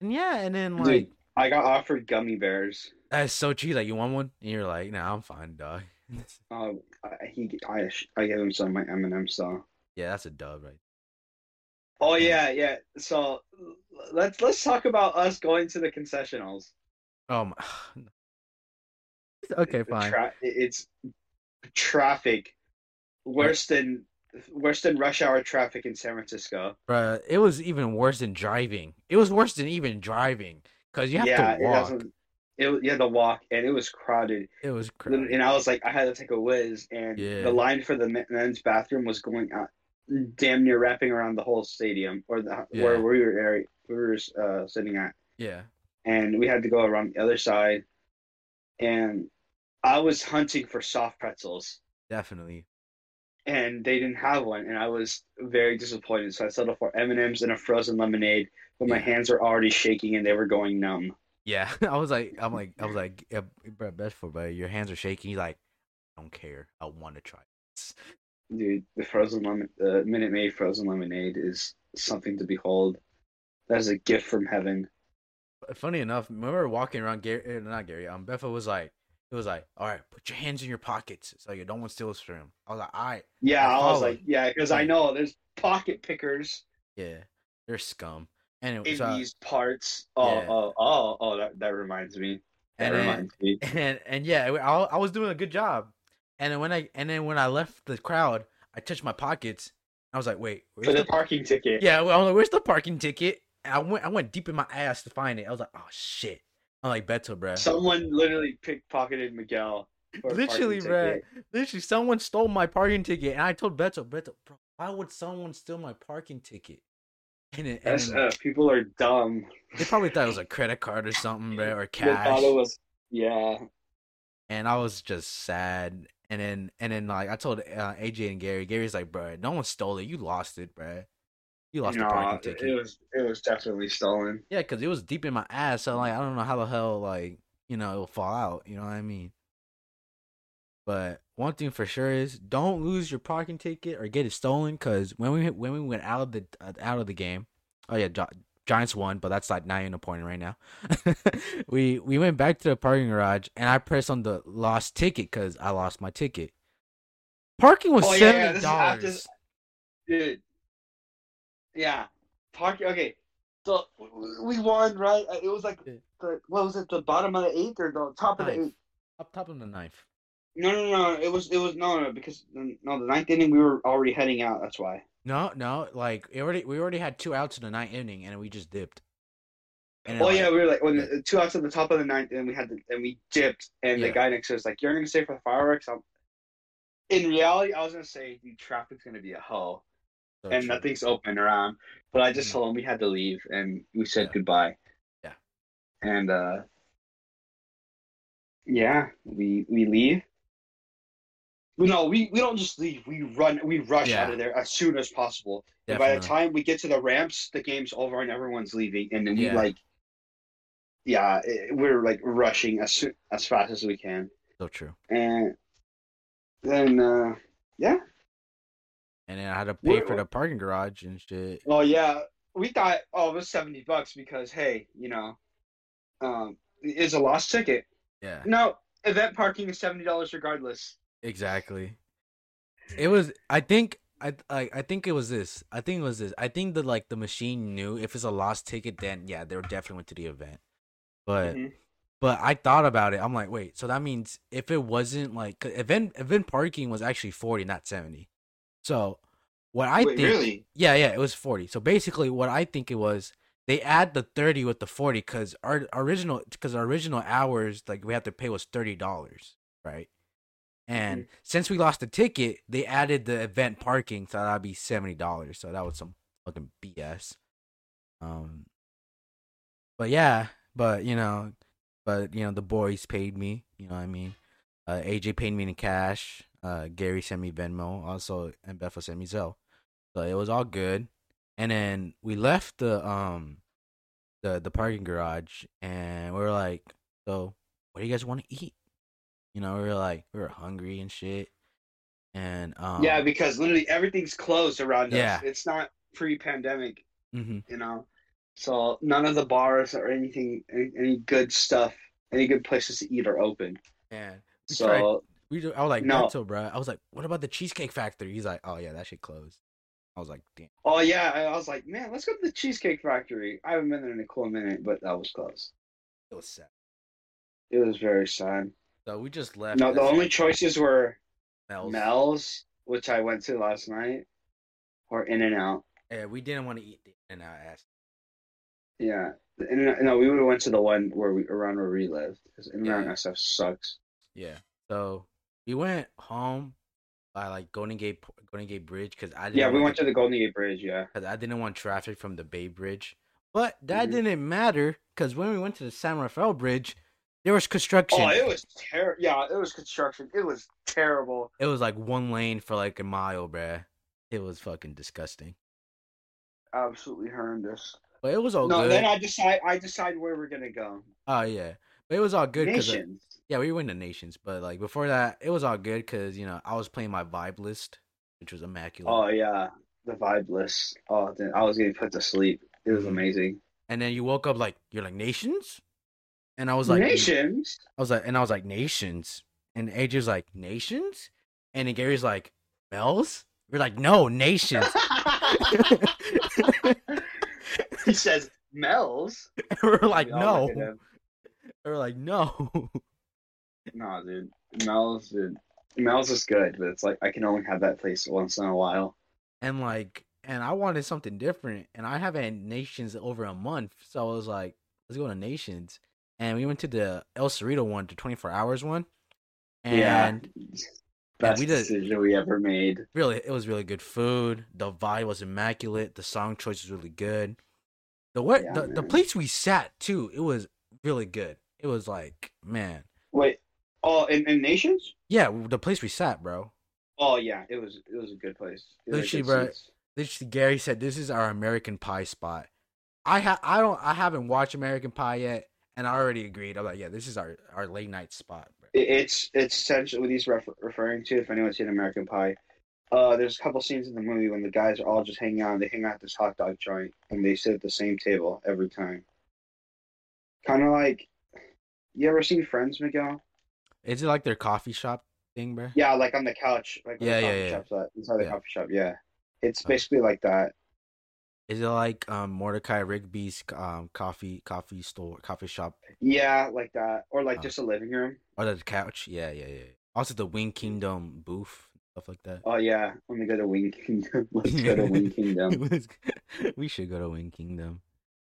S2: and yeah, and then
S1: Dude.
S2: like
S1: I got offered gummy bears.
S2: that's so cheap. Like you want one, and you're like, "Nah, I'm fine, dog."
S1: Uh, I- he I I gave him some of my M and M's So.
S2: yeah, that's a dub, right?
S1: Oh
S2: Mm.
S1: yeah, yeah. So let's let's talk about us going to the concessionals.
S2: Oh my. okay, fine.
S1: Tra- it's traffic worse than worse than rush hour traffic in San Francisco.
S2: Bruh, it was even worse than driving. It was worse than even driving because you have to
S1: it
S2: walk.
S1: doesn't- It, was- you had to walk, and it was crowded.
S2: It, was
S1: Literally,
S2: crazy.
S1: And I was like, I had to take a whiz, and
S2: Yeah.
S1: the line for the men- men's bathroom was going out, damn near wrapping around the whole stadium or the
S2: Yeah.
S1: where we were area, we were uh, sitting at,
S2: Yeah,
S1: and we had to go around the other side, and I was hunting for soft pretzels.
S2: definitely.
S1: And they didn't have one, and I was very disappointed. So I settled for M and M's and a frozen lemonade, but my
S2: Yeah.
S1: hands were already shaking and they were going numb.
S2: Yeah, I was like, I'm like, I was like, yeah, bro, best for, but your hands are shaking. He's like, I don't care. I want to try.
S1: Dude, the frozen lemon, the Minute Maid frozen lemonade is something to behold. That is a gift from heaven.
S2: But Funny enough, when we were walking around, Gary, eh, not Gary, um, Beffa was like, it was like, all right, put your hands in your pockets. It's like, no one steals from him. I was like, all right,
S1: Yeah,
S2: I
S1: I, was
S2: follow
S1: like, yeah, because I know there's pocket pickers
S2: yeah, they're scum. And it
S1: in
S2: was, uh,
S1: these parts. Oh,
S2: Yeah.
S1: oh, oh, oh, that, that reminds me. That
S2: and then,
S1: reminds me.
S2: and and yeah, I, I was doing a good job. And then when I and then when I left the crowd, I touched my pockets. I was like, wait, where's
S1: For the
S2: the-
S1: parking ticket.
S2: Yeah, well, I'm like, where's the parking ticket? And I went, I went deep in my ass to find it. I was like, oh shit. I'm like Beto, bruh.
S1: Someone literally pickpocketed Miguel. for a
S2: literally,
S1: parking
S2: bruh.
S1: ticket.
S2: Literally, someone stole my parking ticket, and I told Beto, Beto, bro, why would someone steal my parking ticket? And, it, and
S1: That's,
S2: it-
S1: uh, people are dumb.
S2: they probably thought it was a credit card or something, bruh, or
S1: They thought
S2: cash.
S1: it was, yeah.
S2: and I was just sad. And then, and then, like I told uh, AJ and Gary, Gary's like, bruh, no one stole it. You lost it, bruh. You lost the
S1: Nah,
S2: parking ticket.
S1: it was, it was definitely stolen.
S2: Yeah, because it was deep in my ass. So like, I don't know how the hell like you know it'll fall out. You know what I mean? But one thing for sure is don't lose your parking ticket or get it stolen. Because when we when we went out of the uh, out of the game, oh yeah, Gi- Giants won, but that's like not even important right now. we we went back to the parking garage and I pressed on the lost ticket because I lost my ticket. Parking was
S1: Oh, yeah, yeah,
S2: seventy
S1: this is after-
S2: dollars.
S1: dude. Yeah, park. Okay, so we won, right? Uh, It was like
S2: Yeah.
S1: the what was it? The bottom of the eighth or the top of the
S2: Ninth.
S1: eighth?
S2: Up top of the knife.
S1: No, no, no. It was it was no, no. Because no, the ninth inning we were already heading out. That's why.
S2: No, no, like it already we already had two outs in the ninth inning and we just dipped. And then,
S1: Oh
S2: like,
S1: yeah, we were like when
S2: yeah.
S1: the two outs at the top of the ninth, and we had the, and we dipped, and
S2: Yeah.
S1: the guy next to us like, "You're gonna stay for the fireworks." I'm... In reality, I was gonna say the traffic's gonna be a hell,
S2: so
S1: and
S2: true.
S1: nothing's open around. But I just
S2: Mhm.
S1: told him we had to leave, and we said
S2: Yeah.
S1: goodbye.
S2: Yeah.
S1: And uh, yeah, we we leave. No, we we don't just leave. We run. We rush
S2: Yeah.
S1: out of there as soon as possible. And by the
S2: Definitely.
S1: time we get to the ramps, the game's over and everyone's leaving, and then we
S2: Yeah.
S1: like, yeah, it, we're like rushing as soo- as fast as we can,
S2: so true.
S1: and then uh,
S2: And then I had to pay
S1: We're-
S2: for the parking garage and shit.
S1: oh yeah, we thought oh it was seventy bucks because hey, you know, um, it's a lost ticket.
S2: Yeah,
S1: No, event parking is seventy dollars regardless.
S2: exactly. It was. I think. I like. I think it was this. I think it was this. I think that like the machine knew if it's a lost ticket, then yeah, they were definitely went to the event. But
S1: Mhm.
S2: but I thought about it. I'm like, wait. So that means if it wasn't like 'cause event event parking was actually forty, not seventy. So what I
S1: Wait,
S2: think.
S1: really?
S2: Yeah, yeah, it was 40. So basically, what I think it was, they add the 30 with the 40 because our original because our original hours like we had to pay was thirty dollars, right? And since we lost the ticket, they added the event parking, so that'd be seventy dollars. So that was some fucking BS. Um, but yeah, but you know, but you know, the boys paid me. You know what I mean? Uh, AJ paid me in cash. Uh, Gary sent me Venmo. Also, and Bethel sent me Zelle. So it was all good. And then we left the um the the parking garage and we were like, so what do you guys want to eat? You know, we were like we were hungry and shit. And um
S1: yeah, because literally everything's closed around
S2: Yeah.
S1: us. It's not pre-pandemic.
S2: mhm.
S1: you know. So none of the bars or anything, any, any good stuff, any good places to eat are open.
S2: and we tried,
S1: So
S2: we do- I was like
S1: No.
S2: no. bro. I was like, what about the cheesecake factory? He's like, oh yeah, that shit closed. I was like, damn.
S1: oh yeah, I I was like, man, let's go to the Cheesecake Factory. I haven't been there in a cool minute, but that was close.
S2: It was sad.
S1: It was very sad.
S2: So we just left.
S1: No, the
S2: as
S1: only choices were
S2: Mel's.
S1: Mel's, which I went to last night, or In and Out.
S2: Yeah, we didn't want to eat the and I asked.
S1: Yeah, in no, we would have went to the one where we around where we lived because In and Out
S2: Yeah.
S1: and stuff sucks.
S2: Yeah. So we went home by like Golden Gate Golden Gate Bridge because I didn't
S1: Yeah, we
S2: want
S1: went to the Golden Gate Bridge. Yeah,
S2: because I didn't want traffic from the Bay Bridge. But that
S1: Mhm.
S2: didn't matter because when we went to the San Rafael Bridge, there was construction.
S1: oh, it was terrible. Yeah, it was construction. It was terrible.
S2: It was like one lane for like a mile, bruh. It was fucking disgusting.
S1: absolutely horrendous.
S2: But it was all
S1: no,
S2: Oh, good.
S1: then I decide I decide where we're gonna go.
S2: oh yeah, but it was all good. 'cause, uh,
S1: Nations.
S2: yeah, we went to Nations, but like before that, it was all good because you know I was playing my vibe list, which was immaculate.
S1: Oh yeah, the vibe list. Oh, then I was getting put to sleep. It
S2: Mm-hmm.
S1: was amazing.
S2: and then you woke up like you're like Nations, and I was like
S1: Nations.
S2: I was like, and I was like, nations. And AJ's like, nations? And then Gary's like, Mel's? We're like, no, nations.
S1: he says Mel's.
S2: And we're like,
S1: We all
S2: no.
S1: look at him.
S2: we're like, no.
S1: No, dude. Mel's, dude. Mel's is good, but it's like I can only have that place once in a while.
S2: And like, and I wanted something different. And I haven't had nations over a month. So I was like, let's go to nations. And we went to the El Cerrito one, the 24 hours one. And
S1: yeah. Best
S2: we did-
S1: decision we ever made.
S2: really it was really good food the vibe was immaculate the song choice was really good the what
S1: Yeah,
S2: the, the
S1: man.
S2: place we sat too it was really good it was like man
S1: Wait. Oh, in, in Nations?
S2: yeah the place we sat bro
S1: Oh yeah, it was it was a good place. It was
S2: Literally,
S1: good
S2: bro,
S1: seats.
S2: this gary said this is our american pie spot i ha- i don't i haven't watched american pie yet and i already agreed i'm like yeah this is our our late night spot bro
S1: It- It's it's essentially what he's refer- referring to. If anyone's seen American Pie, uh, there's a couple scenes in the movie when the guys are all just hanging out. and They hang out at this hot dog joint and they sit at the same table every time. Kind of like, you ever seen Friends, Miguel?
S2: Is it like their coffee shop thing, bro?
S1: Yeah, like on the couch, like
S2: Yeah,
S1: on the
S2: yeah,
S1: coffee
S2: yeah.
S1: shop's at- inside the
S2: Yeah.
S1: coffee shop. Yeah, it's
S2: Oh.
S1: basically like that.
S2: Is it like um Mordecai Rigby's um coffee coffee store coffee shop
S1: Yeah, like that, or like
S2: Oh.
S1: just a living room.
S2: or the couch? Yeah, yeah, yeah. Also the Wing Kingdom booth stuff like that.
S1: Oh yeah, let me go to Wing Kingdom. Let's go to Wing Kingdom.
S2: we should go to Wing Kingdom.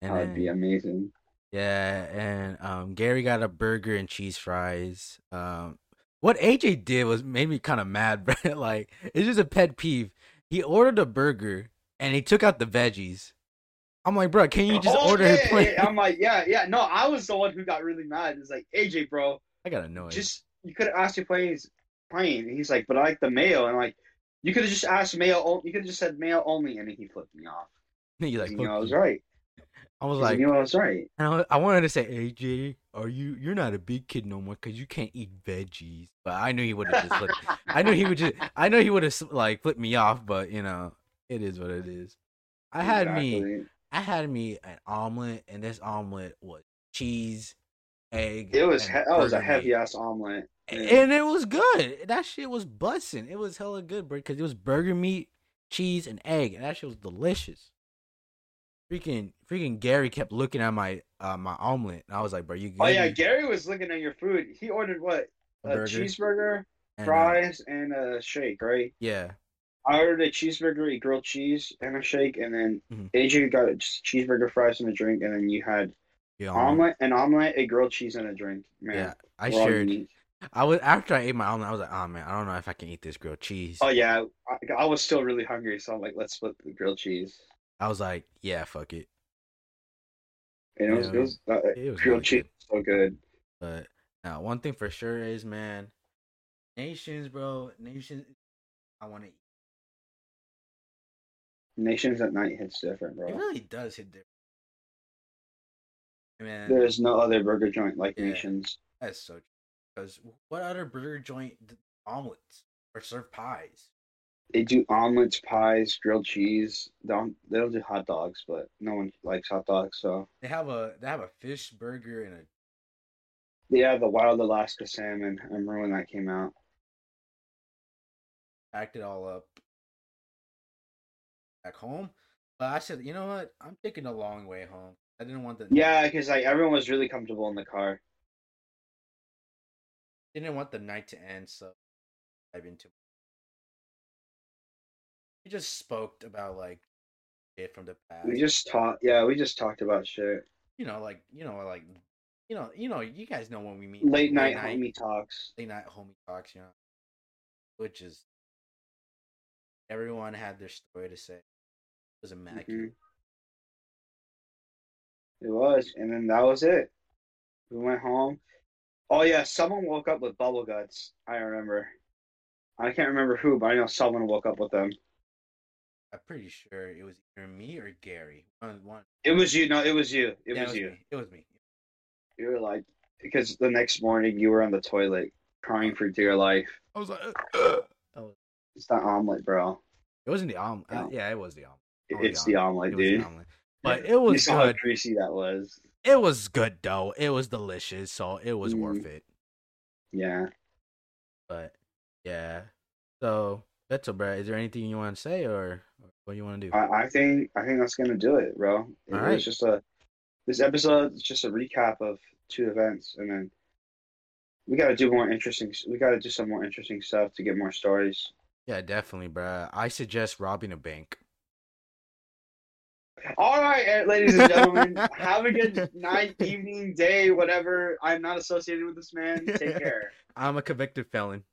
S1: That
S2: And
S1: would be
S2: then-
S1: amazing.
S2: yeah, and um Gary got a burger and cheese fries. Um what AJ did was made me kind of mad, bro. like it's just a pet peeve. He ordered a burger and he took out the veggies. I'm like, bro, can you just
S1: Oh,
S2: order
S1: yeah,
S2: his
S1: yeah,
S2: plate?
S1: yeah. I'm like, yeah, yeah. No, I was the one who got really mad. It's like, AJ, bro,
S2: I got annoyed.
S1: just you could have asked your planes plain. And he's like, but I like the mayo. And like, you could have just asked mayo. o- You could have just said mayo only, and he flipped me off.
S2: you like,
S1: you know, I was
S2: "Fuck you."
S1: right.
S2: I was
S1: He
S2: like,
S1: knew I was right.
S2: And I, wa- I wanted to say, AJ, are you? You're not a big kid no more because you can't eat veggies. But I knew he would have just. Flipped, I knew he would just. I know he would have like flipped me off. But you know, it is what it is. I had me.
S1: Exactly.
S2: I had me an omelet, and this omelet was cheese, egg.
S1: It was.
S2: and
S1: He- that was a
S2: burger meat.
S1: heavy ass omelet. Oh,
S2: And it was good. That shit was bussin'. It was hella good, bro. Because it was burger meat, cheese, and egg, and that shit was delicious. Freaking, freaking Gary kept looking at my uh, my omelet, and I was like, "Bro, you good?"
S1: Oh yeah, Gary was looking at your food. He ordered what? A cheeseburger,
S2: and, uh,
S1: fries, and a shake, right?
S2: yeah,
S1: I ordered a cheeseburger, a grilled cheese, and a shake, and then
S2: Mhm.
S1: AJ got just cheeseburger, fries, and a drink, and then you had
S2: yeah, omelet.
S1: omelet, an omelet, a grilled cheese, and a drink. Man,
S2: yeah. I
S1: we're all
S2: shared.
S1: unique.
S2: I was after I ate my omelet, I was like, "Oh man, I don't know if I can eat this grilled cheese."
S1: Oh yeah, I, I was still really hungry, so I'm like, let's split the grilled cheese.
S2: I was like, "Yeah, fuck it."
S1: And it was,
S2: Yeah.
S1: it was, uh,
S2: It was really
S1: grilled cheese,
S2: good.
S1: was so good.
S2: But now, one thing for sure is, man, nations, bro, nations. I want to eat.
S1: Nations at night hits different,
S2: It
S1: bro.
S2: really does hit different. Man,
S1: There's no other burger joint like
S2: Yeah.
S1: Nations.
S2: that's so true. Because what other burger joint d- omelets or serve pies?
S1: They do omelets, pies, grilled cheese. They don't, they don't do hot dogs, but no one likes hot dogs, so
S2: They have a they have a fish burger and a
S1: yeah. The wild Alaska salmon. I remember when that came out.
S2: packed it all up back home. But I said, you know what? I'm taking a long way home. I didn't want the
S1: Yeah, because like everyone was really comfortable in the car.
S2: didn't want the night to end, so I've been too. We just spoke about like it from the past.
S1: We just talked. Yeah, we just talked about shit.
S2: you know, like you know, like you know, you know, you guys know when we meet
S1: Late night homie talks.
S2: late night homie talks, you know, which is everyone had their story to say. It was immaculate.
S1: Mhm. It was, and then that was it. We went home. Oh yeah, someone woke up with bubble guts. I remember. I can't remember who, but I know someone woke up with them.
S2: I'm pretty sure it was either me or Gary. One, one.
S1: It was you. No, it was you. It
S2: yeah,
S1: was you.
S2: Me. It was me.
S1: You were like, because the next morning you were on the toilet crying for dear life.
S2: I was like,
S1: It's the omelet,
S2: Oh,
S1: bro.
S2: it wasn't the omelet. Uh,
S1: No.
S2: yeah, it was the omelet.
S1: It-
S2: Oh,
S1: It's
S2: the
S1: the
S2: It
S1: omelet,
S2: was the
S1: dude.
S2: omelet. But it was
S1: you saw
S2: good.
S1: how greasy that was.
S2: It was good though. It was delicious, so it was
S1: Mm.
S2: worth it.
S1: Yeah.
S2: But yeah, so that's all, bro. Is there anything you want to say or or what you want to do?
S1: I, I think I think that's gonna do it, bro. It was
S2: All right.
S1: just a this episode is just a recap of two events, and then we gotta do more interesting. We gotta do some more interesting stuff to get more stories.
S2: yeah, definitely, bro. I suggest robbing a bank.
S1: All right, eh, ladies and gentlemen, have a good night, evening, day, whatever. I'm not associated with this man. Take care.
S2: I'm a convicted felon.